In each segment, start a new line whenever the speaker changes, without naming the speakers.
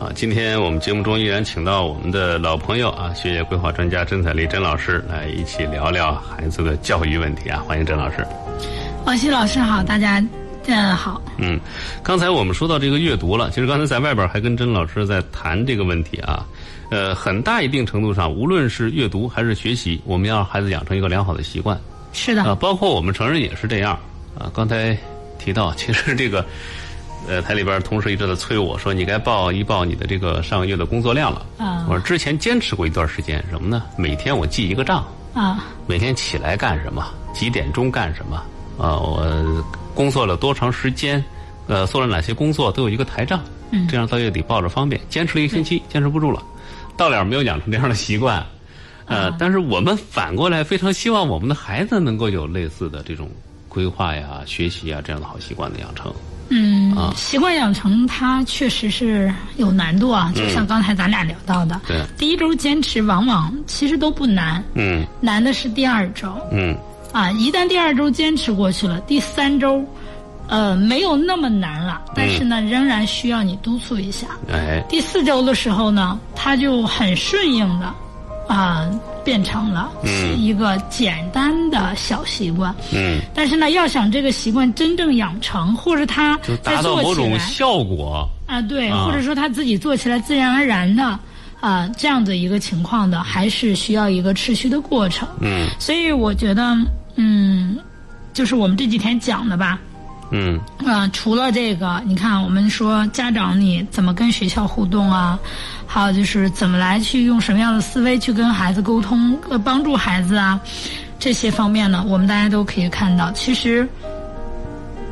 啊，今天我们节目中依然请到我们的老朋友啊，学业规划专家甄彩丽甄老师来一起聊聊孩子的教育问题啊，欢迎甄老师。
王希哦老师好，大家嗯好。
嗯，刚才我们说到这个阅读了，其实刚才在外边还跟甄老师在谈这个问题啊。呃，很大一定程度上，无论是阅读还是学习，我们要让孩子养成一个良好的习惯
是的，
啊，包括我们成人也是这样啊。刚才提到，其实这个呃台里边同事一直在催我说，你该报一报你的这个上个月的工作量了。
啊
我说之前坚持过一段时间，什么呢？每天我记一个账。
啊
每天起来干什么，几点钟干什么，啊，我工作了多长时间，呃，做了哪些工作，都有一个台账，
嗯
这样到月底抱着方便。坚持了一个星期，坚持不住了，到了没有养成这样的习惯，
啊
呃，但是我们反过来非常希望我们的孩子能够有类似的这种规划呀、学习啊这样的好习惯的养成。
嗯
啊，
习惯养成它确实是有难度啊，就像刚才咱俩聊到的，
嗯对
第一周坚持往往其实都不难，
嗯
难的是第二周
嗯
啊。一旦第二周坚持过去了，第三周，呃，没有那么难了，
嗯
但是呢，仍然需要你督促一下。
哎，
第四周的时候呢，它就很顺应的，啊、变成了是一个简单的小习惯。
嗯，
但是呢，要想这个习惯真正养成，或者他
就
在
达到
做
某
起
种
来
效果。
啊，对，
啊
或者说他自己做起来自然而然的啊，这样的一个情况的，还是需要一个持续的过程。
嗯
所以我觉得，嗯，就是我们这几天讲的吧，
嗯
呃，除了这个，你看，我们说家长你怎么跟学校互动啊？还有就是怎么来去用什么样的思维去跟孩子沟通，呃，帮助孩子啊，这些方面呢，我们大家都可以看到，其实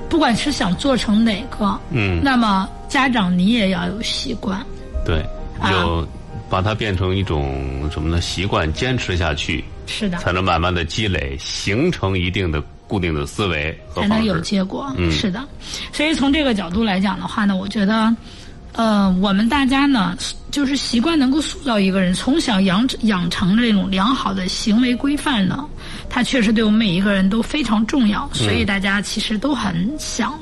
不管是想做成哪个，
嗯，
那么家长你也要有习惯，
对，
啊
就把它变成一种什么呢？习惯，坚持下去，
是的，
才能慢慢的积累，形成一定的固定的思维和
才
方
能有
式。
结果。
嗯
是的，所以从这个角度来讲的话呢，我觉得，呃，我们大家呢，就是习惯能够塑造一个人，从小养养成这种良好的行为规范呢，它确实对我们每一个人都非常重要。所以大家其实都很想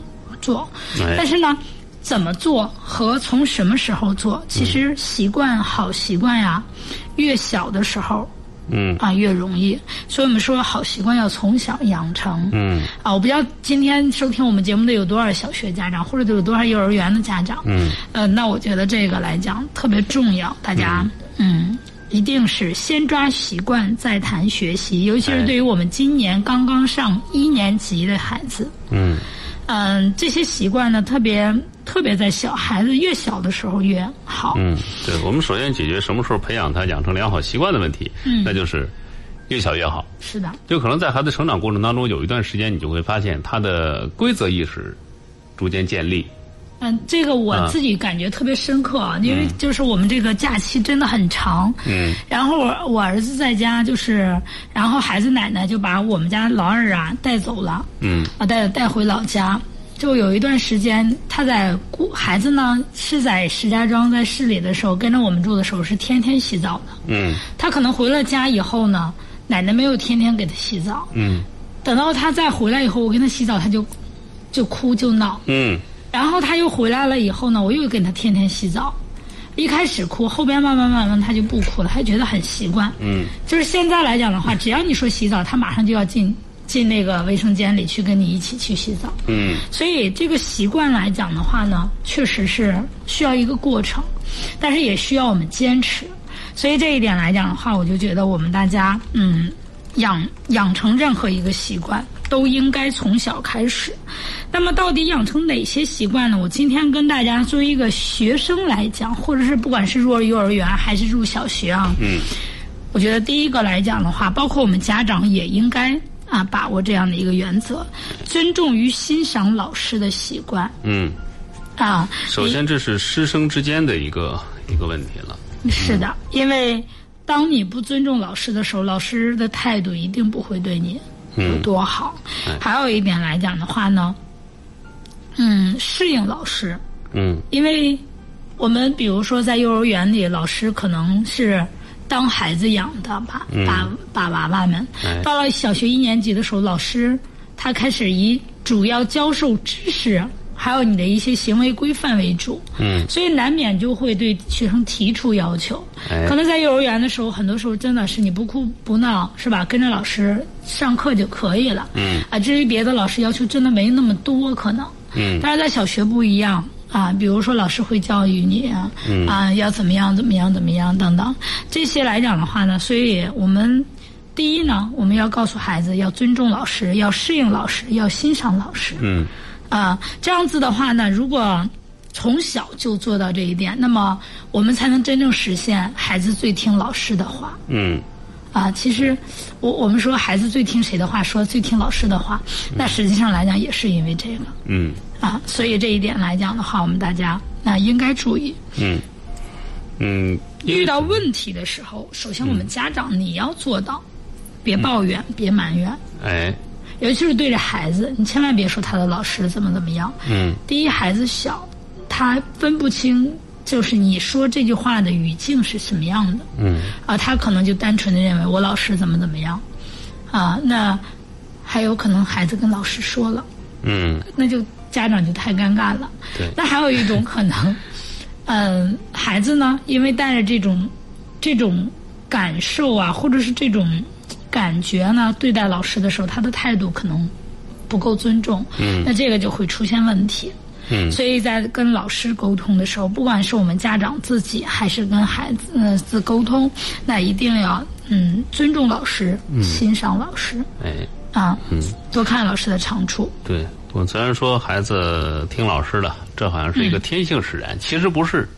做，
嗯哎
但是呢。怎么做和从什么时候做，其
嗯
实习惯好习惯呀，越小的时候
嗯
啊越容易。所以我们说好习惯要从小养成。
嗯
啊，我不知道今天收听我们节目的有多少小学家长，或者有多少幼儿园的家长。
嗯，
呃，那我觉得这个来讲特别重要，大家嗯一定是先抓习惯，再谈学习，尤其
哎
是对于我们今年刚刚上一年级的孩子，
嗯
嗯，这些习惯呢，特别特别在小孩子越小的时候越好。
嗯，对，我们首先解决什么时候培养他养成良好习惯的问题，
嗯
那就是越小越好。
是的，
就可能在孩子成长过程当中，有一段时间你就会发现他的规则意识逐渐建立。
嗯，这个我
啊
自己感觉特别深刻啊，因为就是我们这个假期真的很长，
嗯，
然后我我儿子在家就是，然后孩子奶奶就把我们家老二啊带走了，
嗯
啊带带回老家，就有一段时间他在姑孩子呢是在石家庄在市里的时候跟着我们住的时候是天天洗澡的，
嗯
他可能回了家以后呢，奶奶没有天天给他洗澡，
嗯
等到他再回来以后，我给他洗澡他就就哭就闹，
嗯
然后他又回来了以后呢，我又给他天天洗澡。一开始哭，后边慢慢慢慢他就不哭了，他觉得很习惯。
嗯
就是现在来讲的话，只要你说洗澡，他马上就要进进那个卫生间里去跟你一起去洗澡。
嗯
所以这个习惯来讲的话呢，确实是需要一个过程，但是也需要我们坚持。所以这一点来讲的话，我就觉得我们大家，嗯，养养成任何一个习惯，都应该从小开始。那么到底养成哪些习惯呢？我今天跟大家作为一个学生来讲，或者是不管是入幼儿园还是入小学啊，
嗯
我觉得第一个来讲的话，包括我们家长也应该啊把握这样的一个原则，尊重与欣赏老师的习惯
嗯，
啊。
首先这是师生之间的一个一个问题了。
是的，因为当你不尊重老师的时候，老师的态度一定不会对你有多好。
嗯哎
还有一点来讲的话呢，嗯，适应老师，
嗯
因为我们比如说在幼儿园里，老师可能是当孩子养的，把、把把娃娃们
哎。
到了小学一年级的时候，老师他开始以主要教授知识还有你的一些行为规范为主。
嗯，
所以难免就会对学生提出要求。
哎
可能在幼儿园的时候，很多时候真的是你不哭不闹，是吧？跟着老师上课就可以了。
嗯，
啊，至于别的老师要求真的没那么多，可能。
嗯，
但是在小学不一样啊，比如说老师会教育你啊，
嗯
啊要怎么样怎么样怎么样等等这些来讲的话呢，所以我们第一呢，我们要告诉孩子要尊重老师，要适应老师，要欣赏老师。
嗯
啊，这样子的话呢，如果从小就做到这一点，那么我们才能真正实现孩子最听老师的话
嗯
啊。其实，我我们说孩子最听谁的话，说最听老师的话，那实际上来讲也是因为这个
嗯
啊。所以这一点来讲的话，我们大家那应该注意，
嗯嗯，
遇到问题的时候，首先我们家长你要做到，别抱怨，别埋怨。
哎
尤其是对着孩子，你千万别说他的老师怎么怎么样。
嗯
第一，孩子小，他分不清就是你说这句话的语境是什么样的
嗯
啊，他可能就单纯的认为我老师怎么怎么样啊，那还有可能孩子跟老师说了，
嗯，
那就家长就太尴尬了。
对，
那还有一种可能，嗯、孩子呢，因为带着这种这种感受啊，或者是这种感觉呢，对待老师的时候，他的态度可能不够尊重，
嗯
那这个就会出现问题。
嗯
所以在跟老师沟通的时候，不管是我们家长自己，还是跟孩子呃自沟通，那一定要嗯尊重老师，
嗯
欣赏老师
哎。
啊，多看老师的长处。
对我虽然说孩子听老师的，这好像是一个天性使然，其实不是，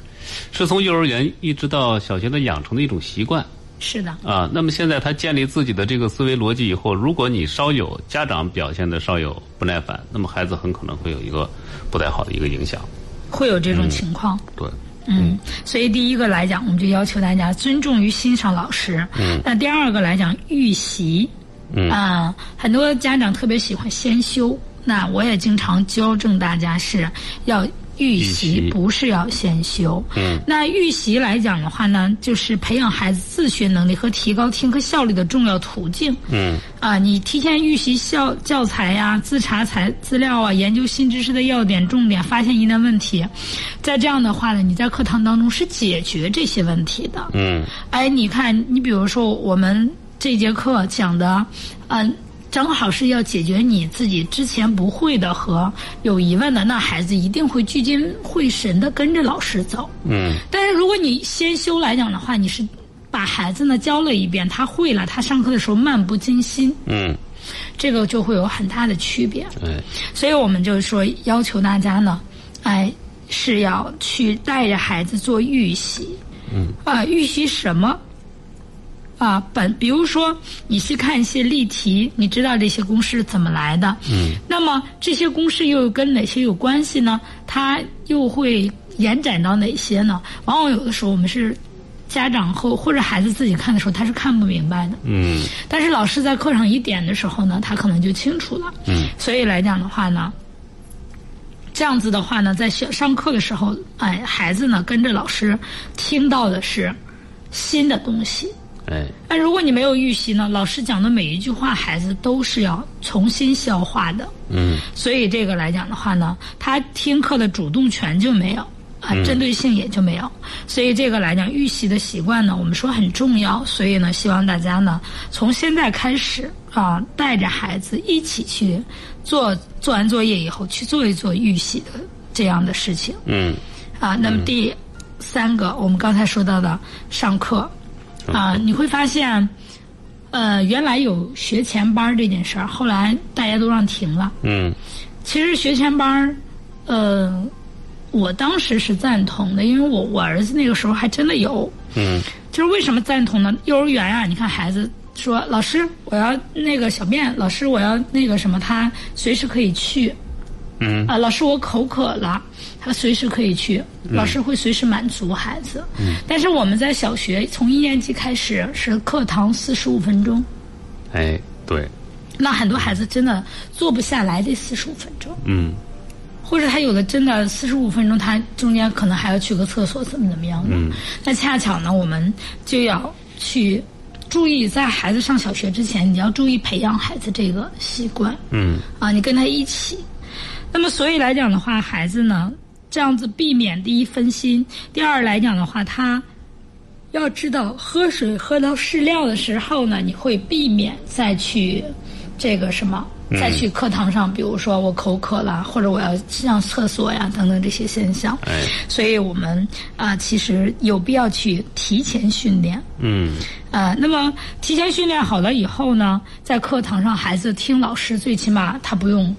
是从幼儿园一直到小学的养成的一种习惯
是的，
啊。那么现在他建立自己的这个思维逻辑以后，如果你稍有家长表现的稍有不耐烦，那么孩子很可能会有一个不太好的一个影响。
会有这种情况。
对，
嗯，所以第一个来讲，我们就要求大家尊重与欣赏老师。嗯，那第二个来讲，预习。
嗯
啊、很多家长特别喜欢先修，那我也经常纠正大家是要预
预习
习，不是要先修。
嗯，
那预习来讲的话呢，就是培养孩子自学能力和提高听课效率的重要途径。
嗯
啊，你提前预习教教材呀、自查材资料啊，研究新知识的要点、重点，发现疑难问题。在这样的话呢，你在课堂当中是解决这些问题的。
嗯
哎，你看，你比如说我们这节课讲的，嗯、正好是要解决你自己之前不会的和有疑问的，那孩子一定会聚精会神的跟着老师走。
嗯
但是如果你先修来讲的话，你是把孩子呢教了一遍，他会了，他上课的时候漫不经心，
嗯，
这个就会有很大的区别。
哎，
所以我们就是说，要求大家呢，哎，是要去带着孩子做预习。嗯。啊、预习什么？啊，本比如说你去看一些例题，你知道这些公式怎么来的。嗯。那么这些公式又跟哪些有关系呢？它又会延展到哪些呢？往往有的时候我们是。家长后或者孩子自己看的时候，他是看不明白的。
嗯
但是老师在课上一点的时候呢，他可能就清楚了。
嗯，
所以来讲的话呢，这样子的话呢，在学上课的时候，哎，孩子呢跟着老师听到的是新的东西。
哎，
那如果你没有预习呢，老师讲的每一句话，孩子都是要重新消化的。
嗯
所以这个来讲的话呢，他听课的主动权就没有啊，针对性也就没有。所以这个来讲，预习的习惯呢，我们说很重要。所以呢，希望大家呢，从现在开始啊，带着孩子一起去做做完作业以后去做一做预习的这样的事情
嗯
啊。那么第三个，我们刚才说到的上课啊，你会发现。呃，原来有学前班儿这件事儿，后来大家都让停了。
嗯
其实学前班儿，呃，我当时是赞同的，因为我我儿子那个时候还真的有。
嗯
就是为什么赞同呢？幼儿园啊，你看孩子说老师我要那个小便，老师我要那个什么，他随时可以去。
嗯
啊，老师我口渴了，他随时可以去，老师会随时满足孩子。嗯。但是我们在小学从一年级开始是课堂四十五分钟，
哎，对，
那很多孩子真的坐不下来这四十五分钟。
嗯
或者他有的真的四十五分钟，他中间可能还要去个厕所，怎么怎么样的。那恰巧呢，我们就要去注意，在孩子上小学之前，你要注意培养孩子这个习惯
嗯
啊，你跟他一起。那么所以来讲的话，孩子呢这样子避免第一分心，第二来讲的话，他要知道喝水喝到适量的时候呢，你会避免再去这个什么。再去课堂上，比如说我口渴了，或者我要上厕所呀，等等这些现象。
哎，
所以我们啊、其实有必要去提前训练。
嗯，
呃，那么提前训练好了以后呢，在课堂上孩子听老师，最起码他不用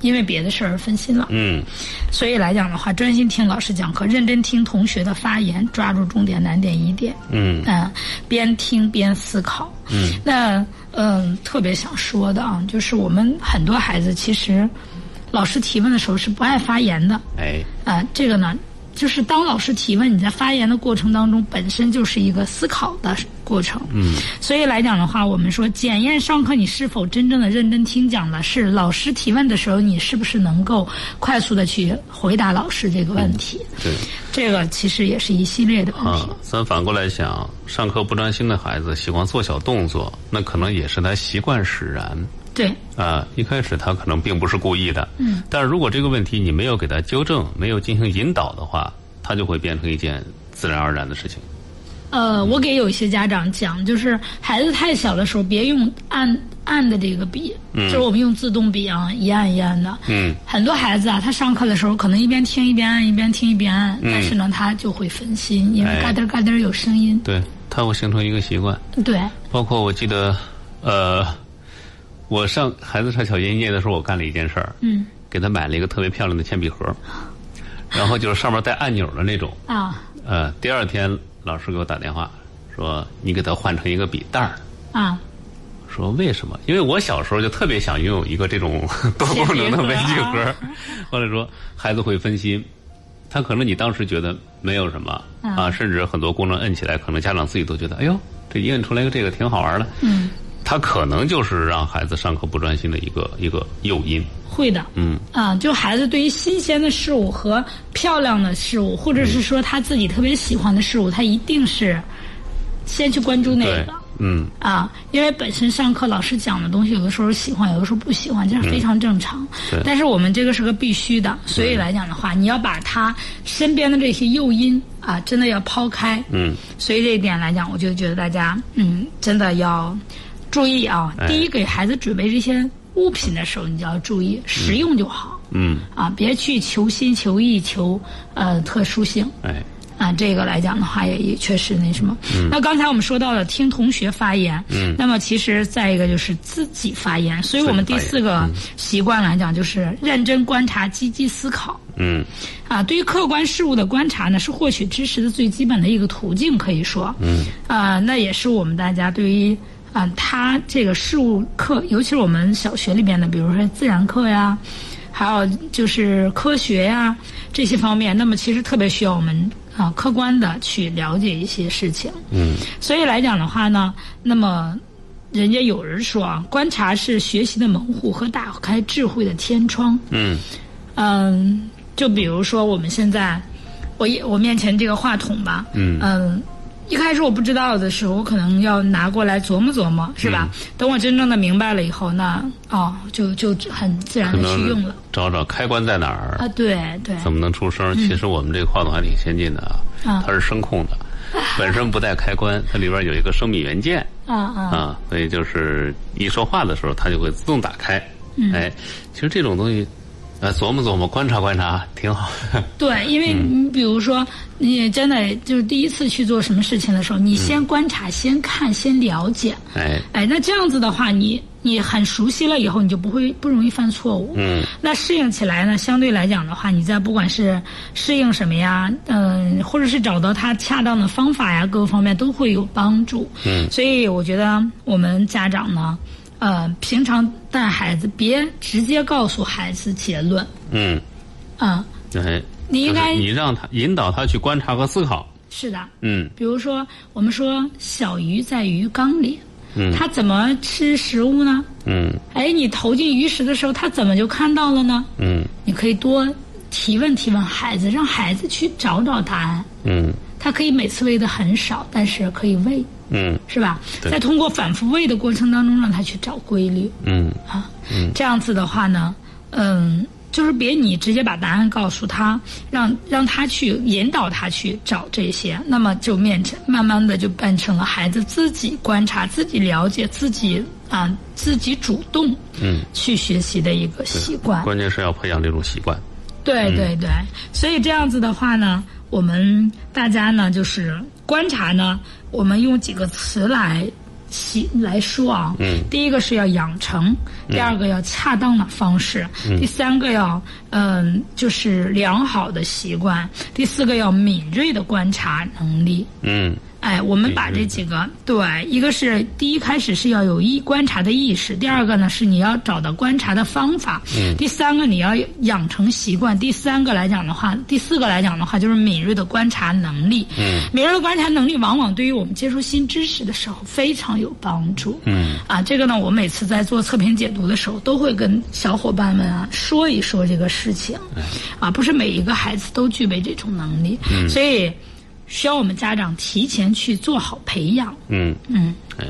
因为别的事儿分心了。
嗯，
所以来讲的话，专心听老师讲课，认真听同学的发言，抓住重点、难点、疑点。
嗯
呃边听边思考。嗯，那嗯、特别想说的啊，就是我们很多孩子其实老师提问的时候是不爱发言的。
哎，
呃，这个呢，就是当老师提问，你在发言的过程当中，本身就是一个思考的过程。嗯，所以来讲的话，我们说检验上课你是否真正的认真听讲的是老师提问的时候，你是不是能够快速的去回答老师这个问题。
对
这个其实哦也是一系列的问题。
嗯啊，咱反过来想，上课不专心的孩子喜欢做小动作，那可能也是他习惯使然。
对，
啊，一开始他可能并不是故意的，嗯，但是如果这个问题你没有给他纠正，没有进行引导的话，他就会变成一件自然而然的事情。
呃，我给有一些家长讲，就是孩子太小的时候，别用按按的这个笔，就是我们用自动笔啊，一按一按的。
嗯，
很多孩子啊，他上课的时候可能一边听一边按，一边听一边按，但是呢，他就会分心，因为
哎
嘎噔嘎噔有声音。
对，他会形成一个习惯。
对，
包括我记得，呃，我上孩子上小学一年级的时候，我干了一件事儿，
嗯
给他买了一个特别漂亮的铅笔 盒，然后就是上面带按钮的那种。
啊
呃，第二天老师给我打电话说，你给他换成一个笔袋儿。
啊，
说为什么？因为我小时候就特别想拥有一个这 种多功能的文具
铅笔盒
盒，或者说孩子会分心，他可能你当时觉得没有什么
嗯
啊，甚至很多功能摁起来，可能家长自己都觉得，哎呦，这一摁出来一个这个挺好玩的。
嗯，
他可能就是让孩子上课不专心的一个一个诱因。
会的。
嗯
啊，就孩子对于新鲜的事物和漂亮的事物，或者是说他自己特别喜欢的事物，他一定是先去关注那
对
个。，
嗯，
啊，因为本身上课老师讲的东西，有的时候喜欢，有的时候不喜欢，这是非常正常。
嗯对嗯
但是我们这个是个必须的，所以来讲的话，你要把他身边的这些诱因啊，真的要抛开。
嗯，
所以这一点来讲，我就觉得大家嗯，真的要注意啊。
哎
第一，给孩子准备这些物品的时候，你就要注意实用就好。
嗯，
啊，别去求新求异求呃特殊性。
哎，
啊，这个来讲的话也也确实那什么。那刚才我们说到了听同学发言，嗯，那么其实再一个就是自己发言，嗯所以我们第四个习惯来讲就是认真观察、积极思考。
嗯，
啊，对于客观事物的观察呢，是获取知识的最基本的一个途径，可以说，嗯，啊，那也是我们大家对于啊，他这个事物课，尤其是我们小学里边的，比如说自然课呀，还有就是科学呀这些方面，那么其实特别需要我们啊客观的去了解一些事情，
嗯，
所以来讲的话呢，那么。人家有人说啊，观察是学习的门户和打开智慧的天窗。
嗯，
嗯，就比如说我们现在，我也我面前这个话筒吧，
嗯
一开始我不知道的时候，我可能要拿过来琢磨琢磨，是吧？
嗯
等我真正的明白了以后，那哦，就就很自然
可
的去用
能
了
找找开关在哪儿
啊，对对，
怎么能出声儿？其实我们这个话筒还挺先进的啊，
嗯
它是声控的，本身不带开关，它里边有一个声米元件
啊啊，
啊，所以就是一说话的时候，它就会自动打开。哎，其实这种东西，呃，琢磨琢磨，观察观察，挺好。
对，因为
嗯
你比如说，你真的就是第一次去做什么事情的时候，你先观察、先看、先了解，
哎，
哎，那这样子的话，你你很熟悉了以后，你就不会不容易犯错误。
嗯，
那适应起来呢，相对来讲的话，你在不管是适应什么呀，嗯、或者是找到它恰当的方法呀，各个方面都会有帮助。嗯，所以我觉得我们家长呢，呃，平常带孩子别直接告诉孩子结论
嗯，
啊、
哎，
你应该
就是你让他引导他去观察和思考。
是的，
嗯
比如说我们说小鱼在鱼缸里，
嗯
它怎么吃食物呢？
嗯
哎，你投进鱼食的时候，他怎么就看到了呢？
嗯
你可以多提问提问孩子，让孩子去找找答案。
嗯
他可以每次喂的很少，但是可以喂，
嗯
是吧？
对
在通过反复喂的过程当中，让他去找规律
嗯，
啊。这样子的话呢，嗯，就是别你直接把答案告诉他，让让他去引导他去找这些，那么就变成慢慢的就变成了孩子自己观察、自己了解、自己啊、自己主动
嗯
去学习的一个习惯。
关键是要培养这种习惯。
对对对，所以这样子的话呢，我们大家呢就是观察呢，我们用几个词来起来说啊。
嗯
第一个是要养成，第二个要恰当的方式，第三个要嗯、就是良好的习惯，第四个要敏锐的观察能力。
嗯
哎，我们把这几个对，一个是第一开始是要有意观察的意识，第二个呢是你要找到观察的方法，
嗯
第三个你要养成习惯，第三个来讲的话，第四个来讲的话就是敏锐的观察能力。
嗯，
敏锐的观察能力往往对于我们接触新知识的时候非常有帮助。
嗯，
啊，这个呢，我每次在做测评解读的时候，都会跟小伙伴们啊说一说这个事情，
嗯
啊，不是每一个孩子都具备这种能力，
嗯
所以需要我们家长提前去做好培养。
嗯，
嗯，
哎，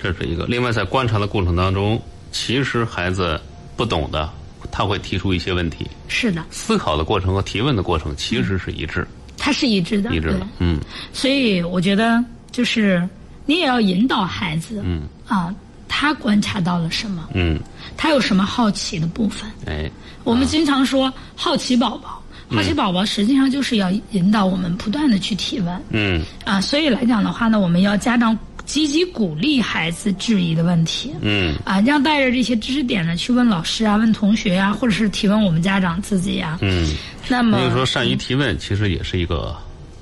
这是一个。另外，在观察的过程当中，其实孩子不懂的，他会提出一些问题，
是的，
思考的过程和提问的过程其实是一致、
它是一致的，
一致
啊对
的。嗯
所以我觉得就是你也要引导孩子，嗯，啊，他观察到了什么，
嗯，
他有什么好奇的部分，
哎，
我们经常说好奇宝宝，
嗯
好奇宝宝实际上就是要引导我们不断的去提问
嗯
啊，所以来讲的话呢，我们要家长积极鼓励孩子质疑的问题。
嗯
啊，要带着这些知识点呢，去问老师啊，问同学呀、或者是提问我们家长自己呀、
嗯。
那
所以
么
说，善于提问其实也是一个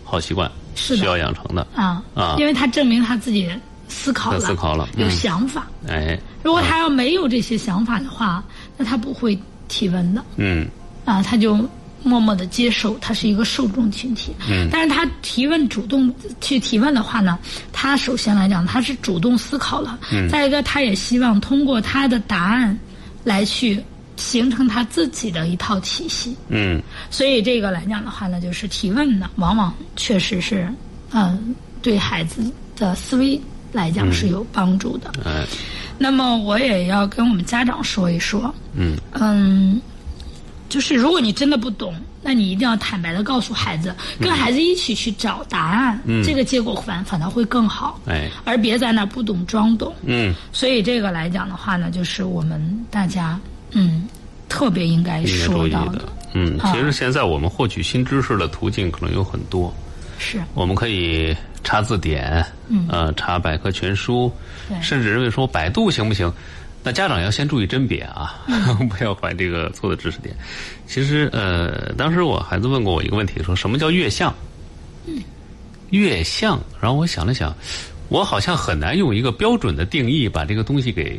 好习惯，
嗯是的
需要养成的。
啊
啊
因为他证明他自己思考了，
他思考了
有
嗯
想法。
哎，
如果他要没有这些想法的话，那他不会提问的。
嗯
啊，他就默默的接受，他是一个受众群体。嗯，但是他提问主动去提问的话呢，他首先来讲他是主动思考了。嗯，再一个，他也希望通过他的答案来去形成他自己的一套体系。
嗯
所以这个来讲的话呢，就是提问呢，往往确实是，嗯、对孩子的思维来讲是有帮助的。
哎，
那么我也要跟我们家长说一说，
嗯
嗯，就是如果你真的不懂，那你一定要坦白的告诉孩子，
嗯
跟孩子一起去找答案，这个结果反反倒会更好，
哎，
而别在那儿不懂装懂。
嗯
所以这个来讲的话呢，就是我们大家嗯特别应该
应该注
说
意
到
的。嗯，
啊
其实现在我们获取新知识的途径可能有很多，
是
我们可以查字典，嗯，呃，查百科全书，
对
甚至认为说百度行不行？那家长要先注意甄别啊， 不要怀这个错的知识点。其实，呃，当时我孩子问过我一个问题，说什么叫月相？月相。然后我想了想，我好像很难用一个标准的定义把这个东西给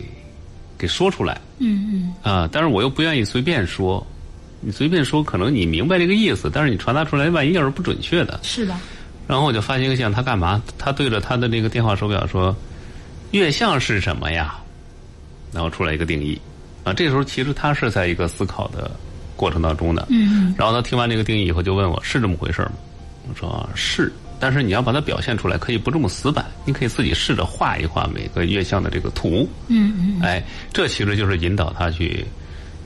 给说出来。
嗯嗯
啊，但是我又不愿意随便说。你随便说，可能你明白这个意思，但是你传达出来，万一要是不准确的，
是的，
然后我就发现一个像他干嘛？他对着他的那个电话手表说：“月相是什么呀？”然后出来一个定义。啊，这时候其实他是在一个思考的过程当中的。
嗯
然后他听完这个定义以后，就问我是这么回事吗？我说、啊是，但是你要把它表现出来，可以不这么死板，你可以自己试着画一画每个月相的这个图。
嗯嗯，
哎，这其实就是引导他去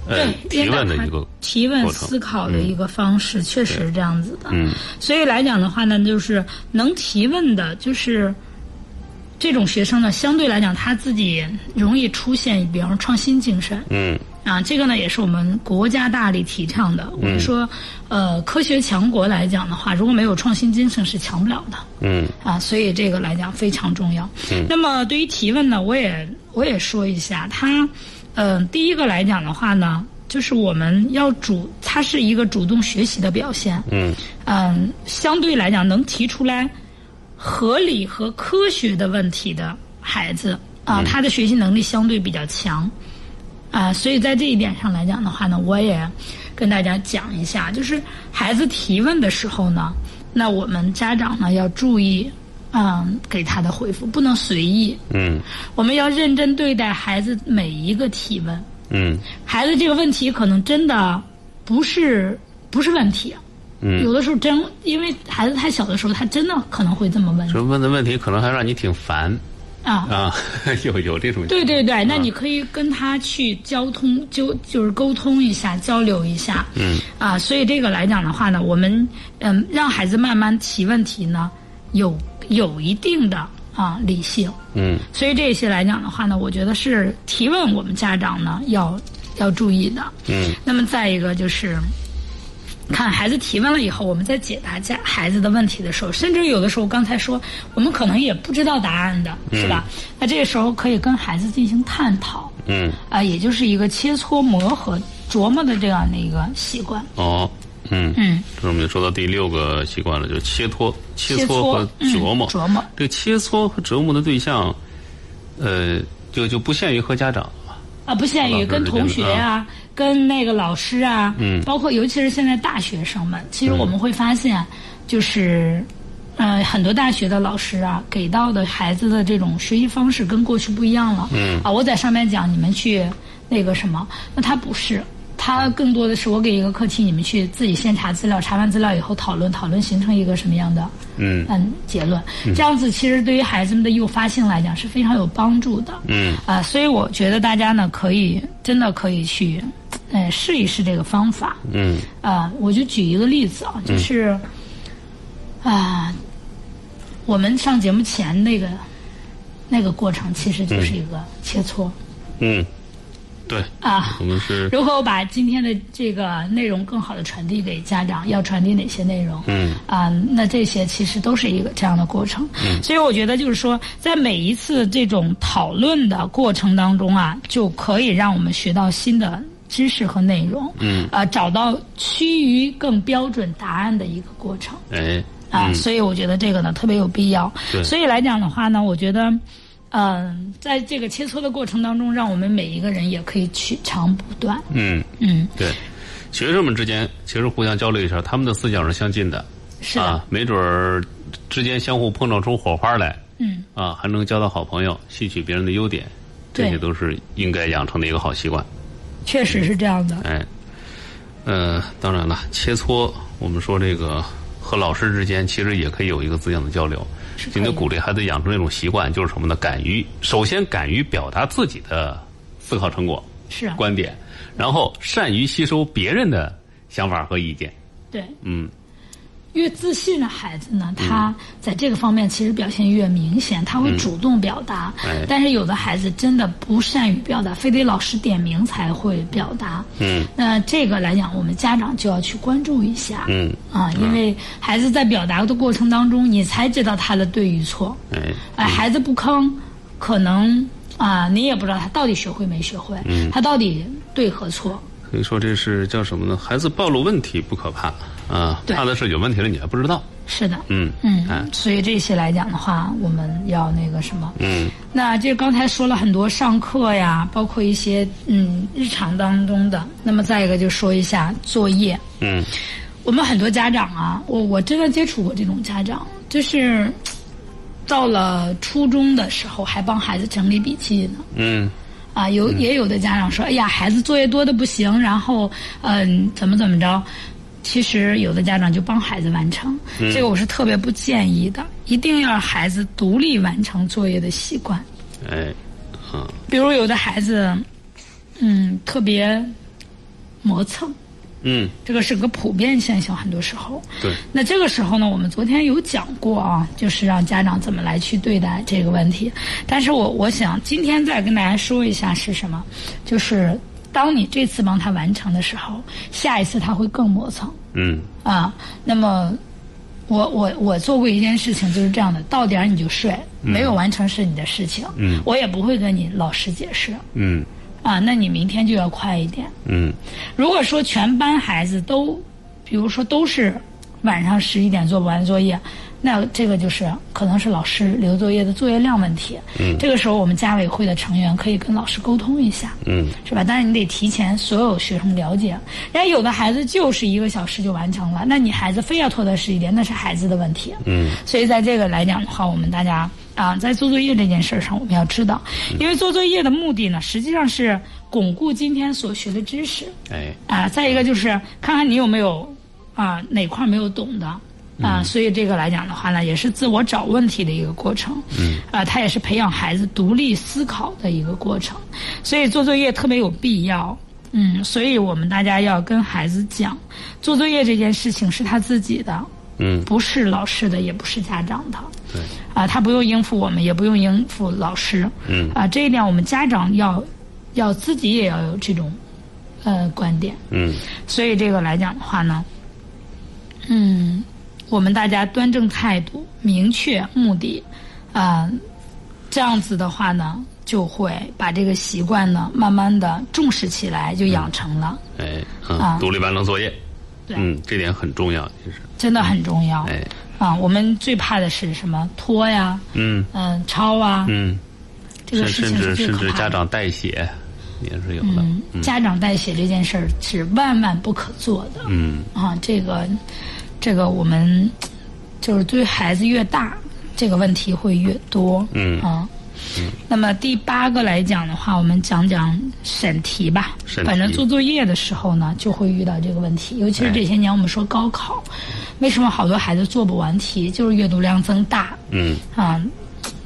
呃
对，
提问的一
引导
个
他提问
过程
思考的一个方式，确实是这样子的。
嗯
所以来讲的话呢，就是能提问的，就是这种学生呢，相对来讲他自己容易出现，比方说创新精神
嗯
啊，这个呢也是我们国家大力提倡的。
嗯
我们说，呃，科学强国来讲的话，如果没有创新精神是强不了的。
嗯
啊，所以这个来讲非常重要。那么对于提问呢，我也我也说一下，它，嗯、第一个来讲的话呢，就是我们要主，它是一个主动学习的表现。
嗯
嗯，相对来讲能提出来合理和科学的问题的孩子啊、他的学习能力相对比较强啊、所以在这一点上来讲的话呢，我也跟大家讲一下，就是孩子提问的时候呢，那我们家长呢要注意。嗯，给他的回复不能随意，
嗯
我们要认真对待孩子每一个提问。
嗯
孩子这个问题可能真的不是不是问题，
嗯，
有的时候真因为孩子太小的时候，他真的可能会这么问。
这问的问题可能还让你挺烦，
啊。
啊， 有有这种情况
对对对，那你可以跟他去交通，就就是沟通一下，交流一下。嗯。啊，所以这个来讲的话呢，我们嗯，让孩子慢慢提问题呢，有有一定的啊理性。
嗯
所以这些来讲的话呢，我觉得是提问我们家长呢要要注意的。
嗯，
那么再一个就是，看孩子提问了以后，我们在解答家孩子的问题的时候，甚至有的时候刚才说我们可能也不知道答案的，是吧？那这个时候可以跟孩子进行探讨，
嗯
啊、也就是一个切磋磨合、琢磨的这样的一个习惯。
哦嗯，
嗯，
这是我们说到第六个习惯了，就是切磋、切
切
磋
磋
和折磨。
嗯琢磨
这个切磋和折磨的对象，呃，就就不限于和家长了。
啊，不限于
老师
跟
之
同
间
学
的
啊，跟那个老师啊，
嗯
包括尤其是现在大学生们，其实我们会发现，就是，呃，很多大学的老师啊，给到的孩子的这种学习方式跟过去不一样了。嗯，啊，我在上面讲，你们去那个什么，那他不是。他更多的是我给一个课题，你们去自己先查资料，查完资料以后讨论，讨论形成一个什么样的
嗯
嗯结论。这样子其实对于孩子们的诱发性来讲是非常有帮助的。
嗯
啊、所以我觉得大家呢可以真的可以去，呃，试一试这个方法。
嗯
啊、我就举一个例子啊，就是啊、我们上节目前那个那个过程其实就是一个切磋
嗯，对，
啊。
我们是
如何把今天的这个内容更好的传递给家长？要传递哪些内容？
嗯
啊、那这些其实都是一个这样的过程。
嗯
所以我觉得就是说，在每一次这种讨论的过程当中啊，就可以让我们学到新的知识和内容。嗯，啊，找到趋于更标准答案的一个过程。
哎
啊，所以我觉得这个呢特别有必要
对。
所以来讲的话呢，我觉得，嗯、在这个切磋的过程当中，让我们每一个人也可以取长补短。
嗯
嗯，
对，学生们之间其实互相交流一下，他们的思想是相近的。
是的，
啊，没准儿之间相互碰撞出火花来，
嗯，
啊，还能交到好朋友，吸取别人的优点，这
对
些都是应该养成的一个好习惯。
确实是这样的。
哎，呃，当然了，切磋，我们说这个和老师之间其实也可以有一个思想的交流，
是可以
应该鼓励孩子养成一种习惯，就是什么呢？敢于首先敢于表达自己的思考成果、
是啊，
观点，然后善于吸收别人的想法和意见。
对。
嗯
越自信的孩子呢，他在这个方面其实表现越明显，他会主动表达。
哎
但是有的孩子真的不善于表达，非得老师点名才会表达。
嗯
那这个来讲，我们家长就要去关注一下。
嗯，
啊，因为孩子在表达的过程当中，你才知道他的对与错。
哎，
哎，孩子不吭，可能啊，你也不知道他到底学会没学会，
嗯
他到底对和错。
所以说这是叫什么呢？孩子暴露问题不可怕啊，
对
怕的是有问题了你还不知道。
是的，
嗯
嗯
哎，
所以这些来讲的话，我们要那个什么，
嗯
那这刚才说了很多上课呀，包括一些嗯日常当中的。那么再一个就说一下作业，
嗯
我们很多家长啊，我我真的接触过这种家长，就是嘖到了初中的时候还帮孩子整理笔记呢。
嗯
啊，有也有的家长说，哎呀，孩子作业多的不行，然后嗯，怎么怎么着。其实有的家长就帮孩子完成，这个我是特别不建议的，一定要让孩子独立完成作业的习惯。
哎啊
比如有的孩子，嗯，特别磨蹭，
嗯
这个是个普遍现象，很多时候。
对
那这个时候呢，我们昨天有讲过啊，就是让家长怎么来去对待这个问题。但是我我想今天再跟大家说一下是什么，就是当你这次帮他完成的时候，下一次他会更磨蹭
嗯
啊。那么我我我做过一件事情就是这样的，到点儿你就睡，没有完成是你的事情，
嗯
我也不会跟你老师解释
嗯
啊。那你明天就要快一点。
嗯
如果说全班孩子都，比如说都是晚上十一点做不完作业，那这个就是可能是老师留作业的作业量问题。嗯，这个时候我们家委会的成员可以跟老师沟通一下，
嗯
是吧？但是你得提前所有学生了解，人家有的孩子就是一个小时就完成了，那你孩子非要拖到十一点，那是孩子的问题。
嗯，
所以在这个来讲的话，我们大家啊，在做作业这件事儿上，我们要知道，因为做作业的目的呢，实际上是巩固今天所学的知识。
哎
啊，再一个就是看看你有没有啊哪块没有懂的啊、所以这个来讲的话呢，也是自我找问题的一个过程。嗯，啊、它也是培养孩子独立思考的一个过程，所以做作业特别有必要。嗯，所以我们大家要跟孩子讲，做作业这件事情是他自己的，
嗯，
不是老师的，也不是家长的。
对，
啊，他不用应付我们，也不用应付老师。
嗯
啊，这一点我们家长要要自己也要有这种呃观点。
嗯
所以这个来讲的话呢，嗯，我们大家端正态度，明确目的，啊、这样子的话呢，就会把这个习惯呢，慢慢的重视起来，就养成了。
哎
啊
嗯，独立完成作业，
对
嗯，这点很重要，其实，
真的很重要
哎，
啊！我们最怕的是什么拖呀，
嗯
嗯、抄啊，
嗯，甚
这个事
甚
情
至
是最
甚
可
至
怕
家
的。
长代写也是有的，
嗯，家长代写这件事儿是万万不可做的。
嗯
啊，这个，这个我们就是对于孩子越大，这个问题会越多。
嗯
啊，那么第八个来讲的话，我们讲讲审题吧。
审题
反正做作业的时候呢，就会遇到这个问题，尤其
哎
是这些年我们说高考，为什么好多孩子做不完题，就是阅读量增大
嗯，
啊。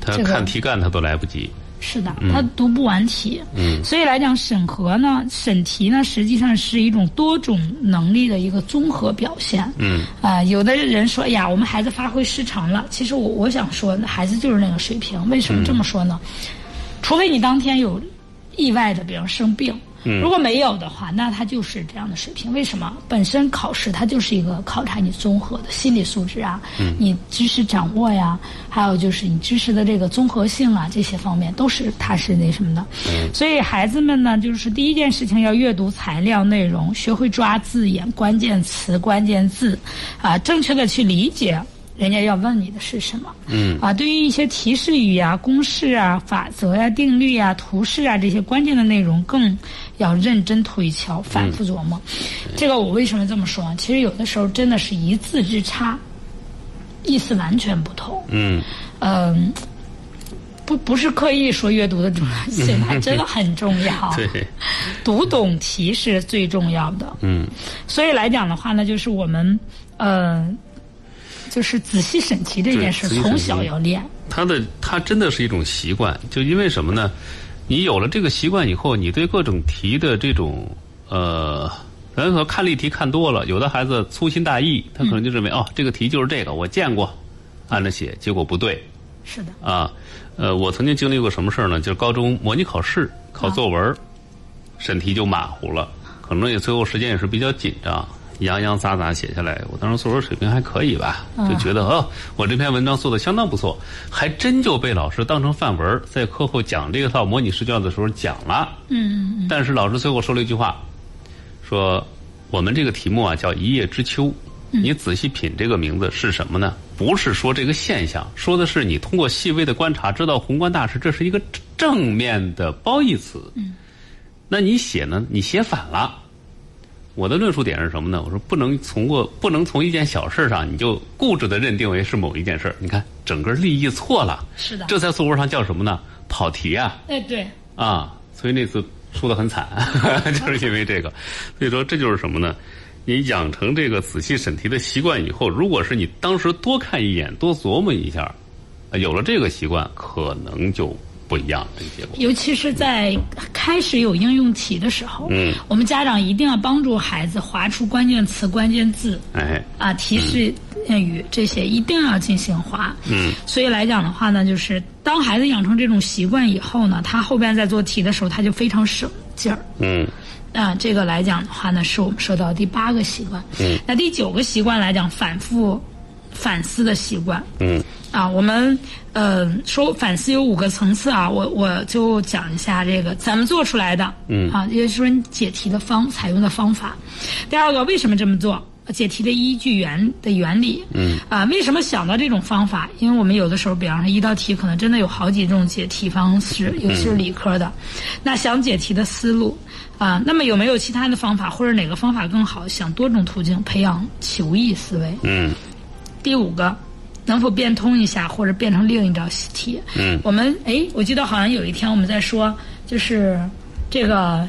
他
这个
看题干他都来不及，
是的，
嗯
他读不完题，嗯，所以来讲审核呢，审题呢，实际上是一种多种能力的一个综合表现，嗯，啊、有的人说，哎呀，我们孩子发挥失常了，其实我我想说，孩子就是那个水平，为什么这么说呢？除非你当天有意外的，比如生病。如果没有的话，那他就是这样的水平。为什么？本身考试它就是一个考察你综合的心理素质啊，你知识掌握呀，还有就是你知识的这个综合性啊，这些方面都是它是那什么的。所以孩子们呢，就是第一件事情要阅读材料内容，学会抓字眼、关键词、关键字，啊，正确的去理解人家要问你的是什么。嗯啊，对于一些提示语啊、公式啊、法则呀、定律啊、图示啊这些关键的内容，更要认真推敲、反复琢磨。
嗯
这个我为什么这么说？其实有的时候真的是一字之差，意思完全不同。
嗯
嗯。不不是刻意说阅读的重要 性，还真的很重要。
对，
读懂题是最重要的。
嗯
所以来讲的话呢，就是我们呃，就是仔细审题这件事，
对仔细审题
从小要练。
他的他真的是一种习惯，就因为什么呢？你有了这个习惯以后，你对各种题的这种呃，咱说看例题看多了，有的孩子粗心大意，他可能就认为、哦，这个题就是这个，我见过，按着写，结果不对
是的，
啊。呃，我曾经经历过什么事儿呢？就是高中模拟考试考作文儿，审题就马虎了，可能也最后时间也是比较紧张。洋洋洒洒写下来，我当时作文水平还可以吧，就觉得哦，我这篇文章做的相当不错，还真就被老师当成范文儿，在课后讲这套模拟试卷的时候讲了。
嗯，
但是老师最后说了一句话，说我们这个题目啊叫一叶知秋。
嗯
你仔细品这个名字是什么呢？不是说这个现象，说的是你通过细微的观察知道宏观大势，这是一个正面的褒义词。
嗯
那你写呢？你写反了。我的论述点是什么呢？我说不能从过不能从一件小事上你就固执的认定为是某一件事儿。你看，整个立意错了，
是的。
这在作文上叫什么呢？跑题啊。
哎，对，
啊，所以那次输得很惨， 就是因为这个。所以说这就是什么呢？你养成这个仔细审题的习惯以后，如果是你当时多看一眼、多琢磨一下，呃有了这个习惯，可能就不一样这个结果。
尤其是在开始有应用题的时候，
嗯，
我们家长一定要帮助孩子划出关键词、关键字
哎，
啊、提示语这些，一定要进行划。嗯，所以来讲的话呢，就是当孩子养成这种习惯以后呢，他后边在做题的时候，他就非常省劲儿。
嗯
那、这个来讲的话呢，是我们说到第八个习惯。
嗯，
那第九个习惯来讲，反复反思的习惯。
嗯
啊，我们呃说反思有五个层次啊，我我就讲一下这个咱们做出来的，嗯啊，也就是说你解题的方采用的方法。第二个，为什么这么做？解题的依据原的原理，嗯啊，为什么想到这种方法？因为我们有的时候，比方说一道题，可能真的有好几种解题方式，尤其是理科的。那想解题的思路啊，那么有没有其他的方法，或者哪个方法更好？想多种途径培养求异思维。
嗯
第五个，能否变通一下或者变成另一道题？
嗯，
我们哎，我记得好像有一天我们在说，就是这个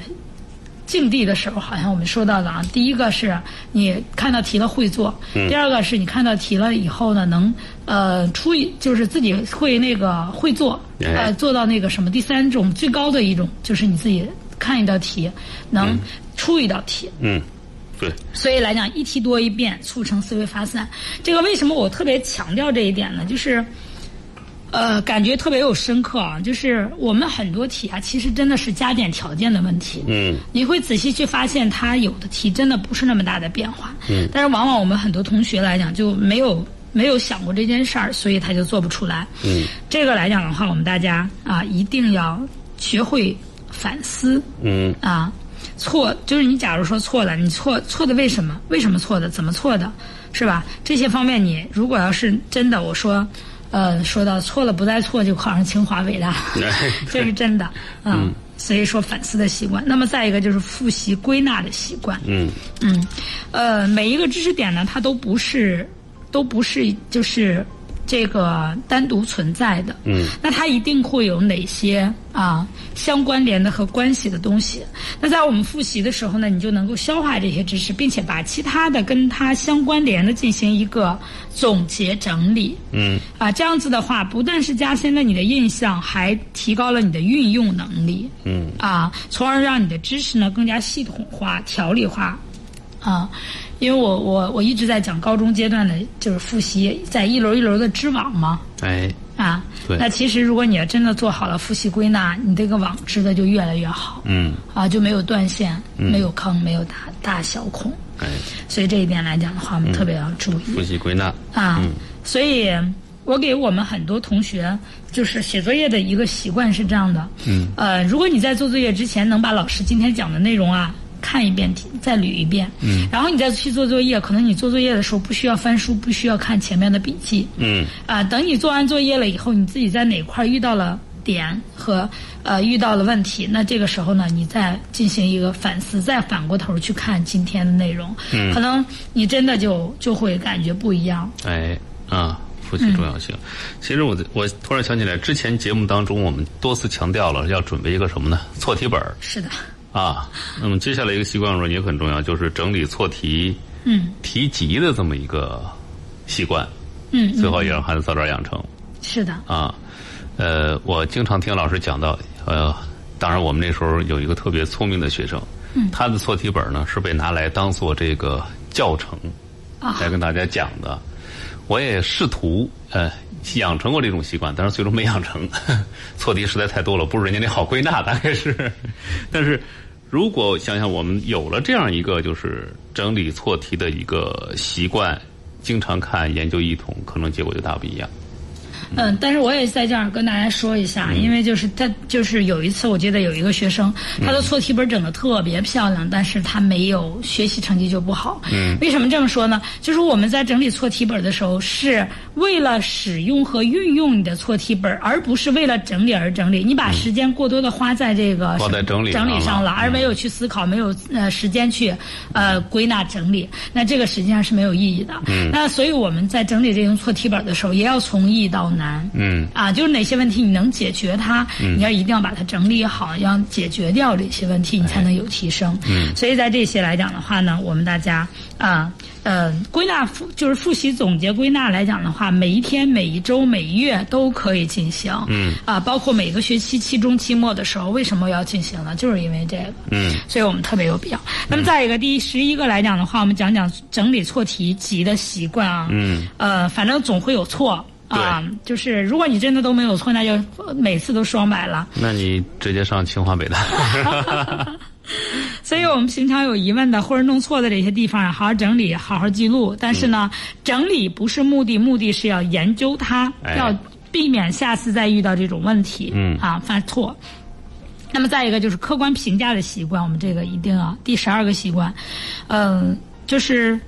境地的时候，好像我们说到的啊，第一个是你看到题了会做，
嗯
第二个是你看到题了以后呢，能呃出一就是自己会那个会做，
哎
呃做到那个什么。第三种最高的一种就是你自己看一道题，能出一道题。
嗯，对，
所以来讲，一题多一变，促成思维发散。这个为什么我特别强调这一点呢？就是，呃，感觉特别有深刻啊。就是我们很多题啊，其实真的是加减条件的问题。
嗯，
你会仔细去发现，它有的题真的不是那么大的变化。嗯，但是往往我们很多同学来讲就没有没有想过这件事儿，所以他就做不出来。嗯，这个来讲的话，我们大家啊、一定要学会反思。
嗯
啊，错就是你假如说错了，你错错的为什么？为什么错的？怎么错的？是吧？这些方面你如果要是真的，我说，呃，说到错了不再错，就考上清华北大，这是真的啊。所以说反思的习惯，那么再一个就是复习归纳的习惯。
嗯
嗯，呃，每一个知识点呢，它都不是，都不是就是这个单独存在的。嗯，那它一定会有哪些啊、相关联的和关系的东西？那在我们复习的时候呢，你就能够消化这些知识，并且把其他的跟它相关联的进行一个总结整理。
嗯，
啊，这样子的话，不但是加深了你的印象，还提高了你的运用能力。嗯，啊，从而让你的知识呢更加系统化、条理化。啊，因为我我我一直在讲高中阶段的，就是复习在一轮一轮的织网嘛。
哎，
啊，
对
那其实如果你要真的做好了复习归纳，你这个网织的就越来越好。
嗯，
啊，就没有断线，没有坑，没有大大小孔。
哎，
所以这一点来讲的话，我们特别要注意。
复习归纳，
啊，所以我给我们很多同学就是写作业的一个习惯是这样的，嗯，呃，如果你在做作业之前能把老师今天讲的内容啊。看一遍，再捋一遍，嗯，然后你再去做作业。可能你做作业的时候不需要翻书，不需要看前面的笔记，
嗯，
啊、等你做完作业了以后，你自己在哪块儿遇到了点和呃遇到了问题，那这个时候呢，你再进行一个反思，再反过头去看今天的内容，嗯，可能你真的就就会感觉不一样，
哎啊，复习重要性。其实我在我突然想起来，之前节目当中我们多次强调了要准备一个什么呢？错题本儿
是的，
啊。那么接下来一个习惯我说也很重要，就是整理错题、
嗯
题集的这么一个习惯，
嗯，
最好也让孩子早点养成。
是的，
啊，呃，我经常听老师讲到，呃，当然我们那时候有一个特别聪明的学生，嗯、他的错题本呢是被拿来当做这个教程
啊
来跟大家讲的。我也试图呃养成过这种习惯，但是最终没养成， 错题实在太多了，不是人家那好归纳，大概是。 但是如果想想我们有了这样一个就是整理错题的一个习惯，经常看研究一统，可能结果就大不一样。
嗯，但是我也在这儿跟大家说一下，因为就是他就是有一次，我记得有一个学生，他的错题本整的特别漂亮，但是他没有学习成绩就不好。嗯，为什么这么说呢？就是我们在整理错题本的时候，是为了使用和运用你的错题本，而不是为了整理而整理。你把时间过多的花在这个
花在整理上了
上了，而没有去思考，没有呃时间去呃归纳整理，那这个实际上是没有意义的。嗯，那所以我们在整理这种错题本的时候，也要从易到难。
嗯，
啊，就是哪些问题你能解决它，你要一定要把它整理好，要解决掉这些问题，你才能有提升。哎嗯，所以在这些来讲的话呢，我们大家啊。呃，归纳复就是复习总结归纳来讲的话，每一天、每一周、每一月都可以进行。嗯啊，包括每个学期期中、期末的时候，为什么要进行呢？就是因为这个。
嗯，
所以我们特别有必要。那么再一个，第十一个来讲的话，我们讲讲整理错题集的习惯啊。嗯，呃，反正总会有错。啊，就是如果你真的都没有错，那就呃每次都双百了。
那你直接上清华北大。
所以我们平常有疑问的或者弄错的这些地方，啊好好整理，好好记录。但是
嗯
呢，整理不是目的，目的是要研究它，
哎
要避免下次再遇到这种问题，
嗯
啊，犯错。那么再一个就是客观评价的习惯，我们这个一定要第十二个习惯，嗯、就是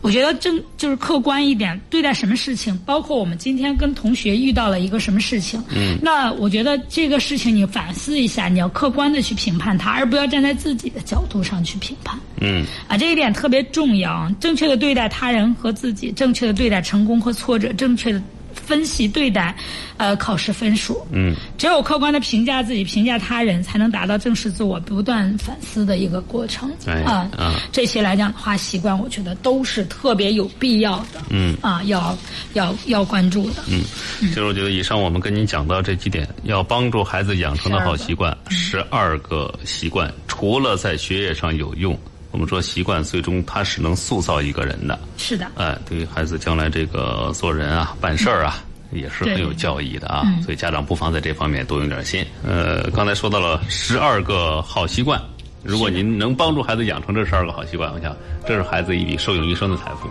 我觉得正就是客观一点对待什么事情，包括我们今天跟同学遇到了一个什么事情，嗯，那我觉得这个事情你反思一下，你要客观的去评判它，而不要站在自己的角度上去评判。
嗯
啊，这一点特别重要。正确的对待他人和自己，正确的对待成功和挫折，正确的分析对待，呃，考试分数。嗯，只有客观的评价自己、评价他人，才能达到正视自我、不断反思的一个过程。
哎
啊、
啊
这些来讲的话，习惯我觉得都是特别有必要的。嗯，啊，要要要关注的。
嗯，就是我觉得以上我们跟您讲到这几点，要帮助孩子养成的好习惯，十二个习惯，除了在学业上有用，我们说习惯最终它是能塑造一个人的，
是的，
哎，对于孩子将来这个做人啊、办事儿啊。也是很有教益的啊，所以家长不妨在这方面多用点心。呃，刚才说到了十二个好习惯，如果您能帮助孩子养成这十二个好习惯，我想这是孩子一笔受用一生的财富。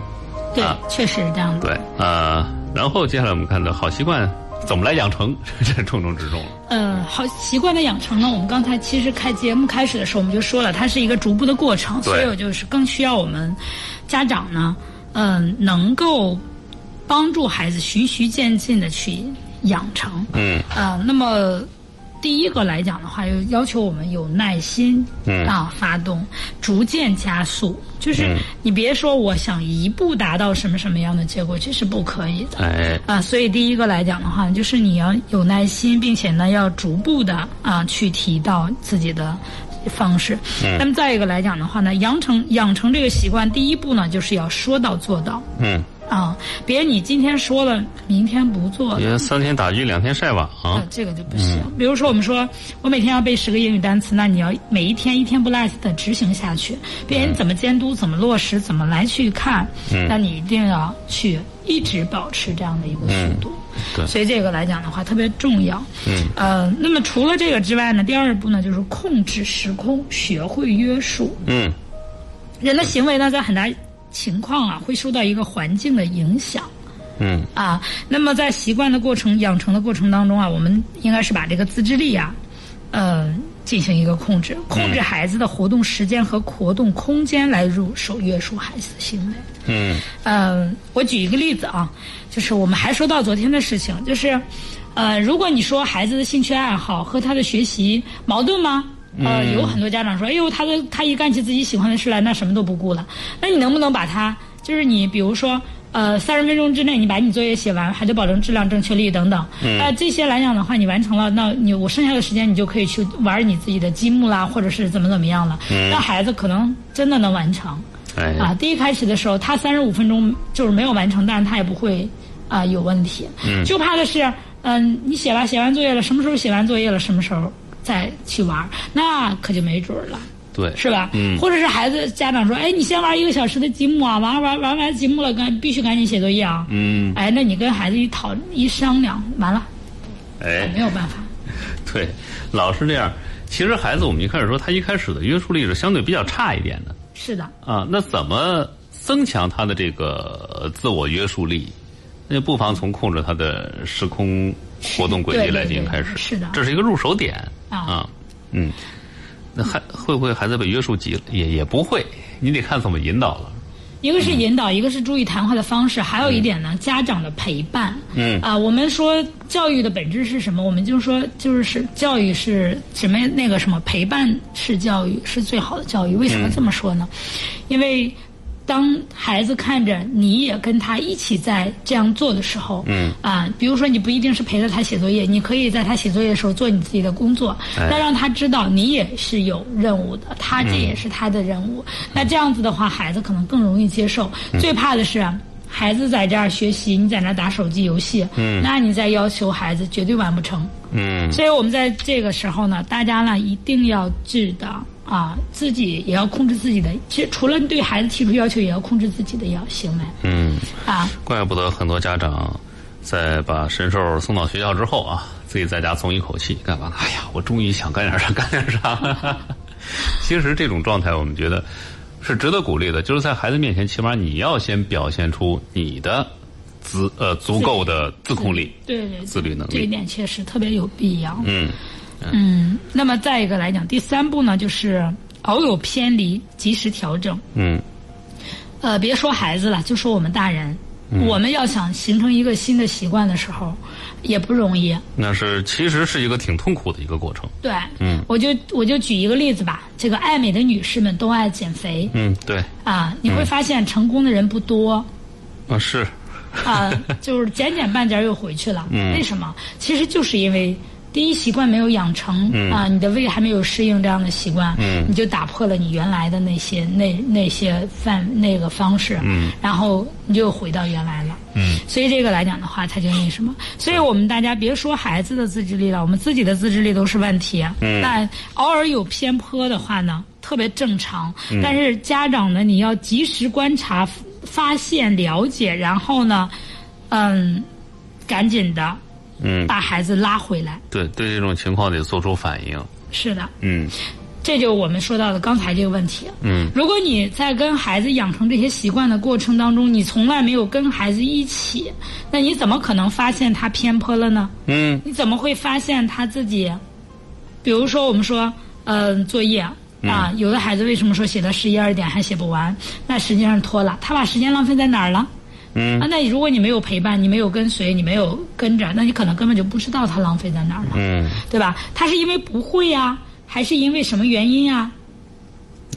对，
啊
确实是这样的。
对，呃，然后接下来我们看到好习惯怎么来养成， 这是重中之重了。
呃，好习惯的养成呢，我们刚才其实开节目开始的时候我们就说了，它是一个逐步的过程，
对
所以我就是更需要我们家长呢，嗯、能够帮助孩子循序渐进的去养成。
嗯，
呃，那么第一个来讲的话，要要求我们有耐心，
嗯
啊，发动，逐渐加速，就是你别说我想一步达到什么什么样的结果，这是不可以的。
哎，
啊，所以第一个来讲的话，就是你要有耐心，并且呢要逐步的啊去提到自己的方式。那么再一个来讲的话呢，养成养成这个习惯，第一步呢就是要说到做到
嗯，
啊，别你今天说了，明天不做了
因为三天打鱼两天晒网
啊
啊，，
这个就不行。比如说，我们说我每天要背十个英语单词，那你要每一天一天不落的执行下去，
嗯
别人怎么监督、怎么落实、怎么来去看，那你一定要去一直保持这样的一个速度。
嗯对
所以这个来讲的话特别重要。嗯，呃，那么除了这个之外呢，第二步呢就是控制时空，学会约束。
嗯，
人的行为呢，在很大情况啊会受到一个环境的影响。
嗯
啊，那么在习惯的过程、养成的过程当中啊，我们应该是把这个自制力啊，呃，进行一个控制，控制孩子的活动时间和活动空间来入手约束孩子的行为。
嗯
呃，我举一个例子啊，就是我们还说到昨天的事情，就是，呃，如果你说孩子的兴趣爱好和他的学习矛盾吗？呃，有很多家长说，哎呦，他的他一干起自己喜欢的事来，那什么都不顾了。那你能不能把他，就是你，比如说，呃，三十分钟之内你把你作业写完，还得保证质量、正确率等等。嗯。呃，这些来讲的话，你完成了，那你我剩下的时间你就可以去玩你自己的积木啦，或者是怎么怎么样了，让孩子可能真的能完成。
哎，
啊，第一开始的时候，他三十五分钟就是没有完成，但是他也不会啊、有问题。嗯，就怕的是，嗯、你写了写完作业了，什么时候写完作业了，什么时候再去玩儿，那可就没准儿了。
对，
是吧？嗯，或者是孩子家长说，哎，你先玩一个小时的积木啊，玩玩玩完积木了，赶必须赶紧写作业啊。
嗯，
哎，那你跟孩子一讨一商量，完了
哎，
没有办法。
对，老是这样。其实孩子，我们一开始说他一开始的约束力是相对比较差一点的
是的，
啊，那怎么增强他的这个呃自我约束力？那就不妨从控制他的时空活动轨
对
迹
对
来进行
对
开始。
是的
这是一个入手点
啊
啊，嗯，那还会不会孩子被约束急了？也也不会，你得看怎么引导了。
一个是引导，一个是注意谈话的方式，还有一点呢，家长的陪伴。
嗯
啊，我们说教育的本质是什么？我们就说就是是教育是什么？那个什么陪伴式教育是最好的教育。为什么这么说呢？因为当孩子看着你也跟他一起在这样做的时候，嗯啊，比如说你不一定是陪着他写作业，你可以在他写作业的时候做你自己的工作，
哎
那让他知道你也是有任务的，他这也是他的任务。那这样子的话，孩子可能更容易接受。最怕的是啊。孩子在这儿学习，你在那儿打手机游戏，嗯，那你再要求孩子绝对完不成。
嗯，
所以我们在这个时候呢，大家呢一定要知道啊，自己也要控制自己的，其实除了对孩子提出要求，也要控制自己的要行为。
嗯，
啊，
怪不得很多家长在把神兽送到学校之后啊，自己在家松一口气，干嘛呢？哎呀，我终于想干点啥，干点啥。 其实这种状态，我们觉得是值得鼓励的，就是在孩子面前，起码你要先表现出你的自呃足够的自控力。
对对对，
自律能力
这一点确实特别有必要。
嗯，
嗯，那么再一个来讲，第三步呢，就是偶有偏离，及时调整。
嗯，
呃，别说孩子了，就说我们大人，
嗯
我们要想形成一个新的习惯的时候，也不容易。
那是其实是一个挺痛苦的一个过程。
对，嗯，我就我就举一个例子吧，这个爱美的女士们都爱减肥
嗯，对，
啊，你会发现成功的人不多，
啊是，
啊、就是捡捡半截儿又回去了。为什么？其实就是因为。第一习惯没有养成啊、你的胃还没有适应这样的习惯，你就打破了你原来的那些那那些范那个方式，然后你就回到原来了。所以这个来讲的话，它就那什么。所以我们大家别说孩子的自制力了，我们自己的自制力都是问题。但偶尔有偏颇的话呢，特别正常。但是家长呢，你要及时观察、发现、了解，然后呢，嗯，赶紧的
嗯，
把孩子拉回来。
对对，这种情况得做出反应。
是的，
嗯
这就是我们说到的刚才这个问题。
嗯，
如果你在跟孩子养成这些习惯的过程当中，你从来没有跟孩子一起，那你怎么可能发现他偏颇了呢？
嗯
你怎么会发现他自己？比如说，我们说，嗯、作业啊，有的孩子为什么说写到十一二点还写不完？那实际上是拖了，他把时间浪费在哪儿了？
嗯
啊，那如果你没有陪伴，你没有跟随，你没有跟着，那你可能根本就不知道他浪费在哪儿了，
嗯，
对吧？他是因为不会呀、还是因为什么原因呀、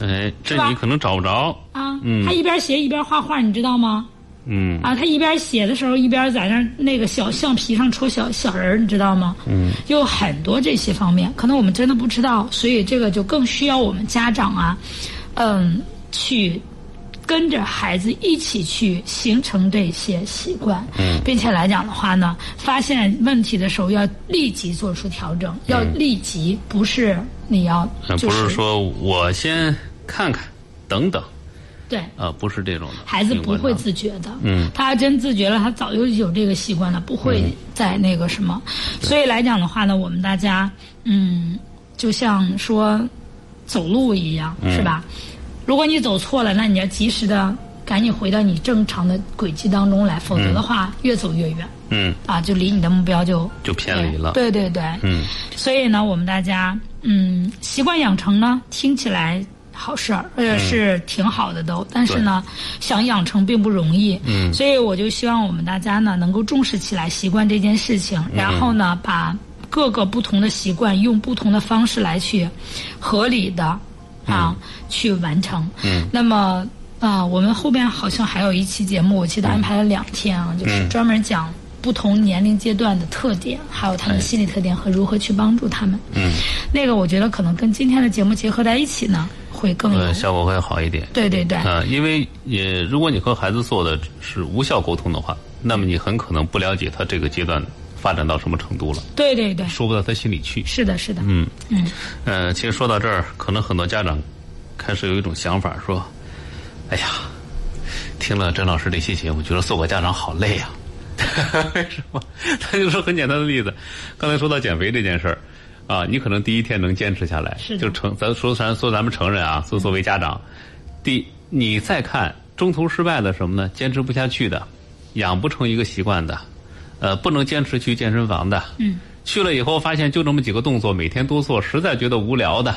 哎，这
是吧
你可能找不着。
啊，
嗯
他一边写一边画画，你知道吗？
嗯
啊，他一边写的时候一边在那儿那个小橡皮上戳小小人儿，你知道吗？嗯，有很多这些方面，可能我们真的不知道，所以这个就更需要我们家长啊，嗯，去跟着孩子一起去形成这些习惯，嗯，并且来讲的话呢，发现问题的时候要立即做出调整，要立即，不是你要
嗯呃
就
不是说我先看看，等等，
对。
啊，不是这种的。
孩子不会
用过的
自觉的，嗯，他要真自觉了，他早就有这个习惯了，不会
嗯
再那个什么。所以来讲的话呢，我们大家，嗯，就像说走路一样，
嗯
是吧？如果你走错了，那你要及时的赶紧回到你正常的轨迹当中来，否则的话，越走越远
嗯，
啊，就离你的目标就
就偏离了。
对对对，
嗯，
所以呢，我们大家，嗯，习惯养成呢，听起来好事儿，呃，是挺好的都，但是呢，想养成并不容易。嗯，所以我就希望我们大家呢，能够重视起来习惯这件事情，然后呢，把各个不同的习惯用不同的方式来去合理的啊、去完成。嗯，那么。啊、我们后边好像还有一期节目，我记得安排了两天啊，就是专门讲不同年龄阶段的特点，还有他们心理特点和如何去帮助他们。哎嗯，那个我觉得可能跟今天的节目结合在一起呢，会更有。
呃，效果会好一点。
对对对，
啊，因为也如果你和孩子做的是无效沟通的话，那么你很可能不了解他这个阶段发展到什么程度了，
对对对，
说不到他心里去。
是的，是的，
嗯
嗯，
呃，其实说到这儿，可能很多家长开始有一种想法，说：“哎呀，听了甄老师这期节目，觉得做个家长好累呀、 为什么？ 他就说很简单的例子，刚才说到减肥这件事儿啊，你可能第一天能坚持下来，
是的嗯
就成咱说咱说咱们成人啊，说作为家长，第你再看中途失败的什么呢？坚持不下去的，养不成一个习惯的，呃，不能坚持去健身房的，嗯，去了以后发现就这么几个动作，每天多做，实在觉得无聊的，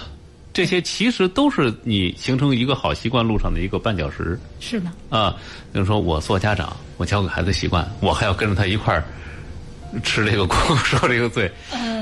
这些其实都是你形成一个好习惯路上的一个绊脚石。
是的，
啊，就是说我做家长，我教给孩子习惯，我还要跟着他一块儿吃这个苦， 受这个罪。
呃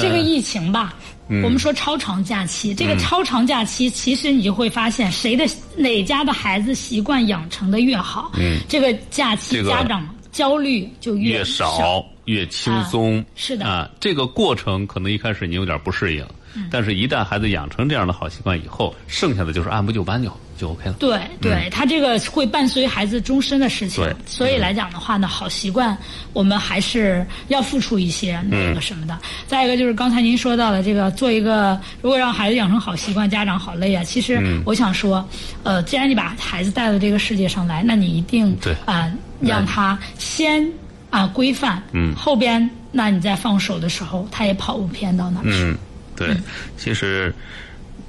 这个疫情吧，我们说超长假期，这个超长假期，其实你就会发现，谁的哪家的孩子习惯养成的越好，这个假期
这个
家长焦虑就
越
少。
少越轻松、
是的
啊，这个过程可能一开始你有点不适应，
嗯
但是一旦孩子养成这样的好习惯以后，剩下的就是按部就班就就 OK 了。
对对，他这个会伴随孩子终身的事情
嗯对，
所以来讲的话呢，好习惯我们还是要付出一些那个什么的。
嗯
再一个就是刚才您说到的这个，做一个如果让孩子养成好习惯，家长好累啊。其实
嗯
我想说，呃，既然你把孩子带到这个世界上来，那你一定
对
啊、让他先啊、规范，嗯，后边那你再放手的时候，他也跑不偏到哪儿去。
嗯，对，其实，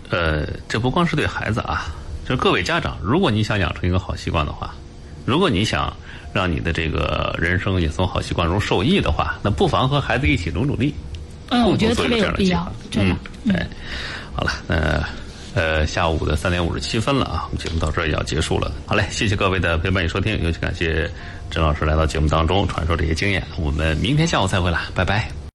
呃，这不光是对孩子啊，就是各位家长，如果你想养成一个好习惯的话，如果你想让你的这个人生也从好习惯中受益的话，那不妨和孩子一起努努力，
嗯，我
共
觉
同做
得特
一个这样的
别有必
计
要
划，。
真的。
嗯，哎，好了，那。呃，下午的三点五十七分了啊，我们节目到这儿也要结束了。好嘞，谢谢各位的陪伴与收听，尤其感谢甄老师来到节目当中，传授这些经验。我们明天下午再会啦，拜拜。